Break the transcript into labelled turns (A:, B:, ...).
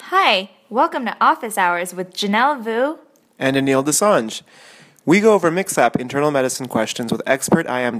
A: Hi, welcome to Office Hours with Janelle Vu.
B: and Anil Desange. We go over MixLab internal medicine questions with expert IM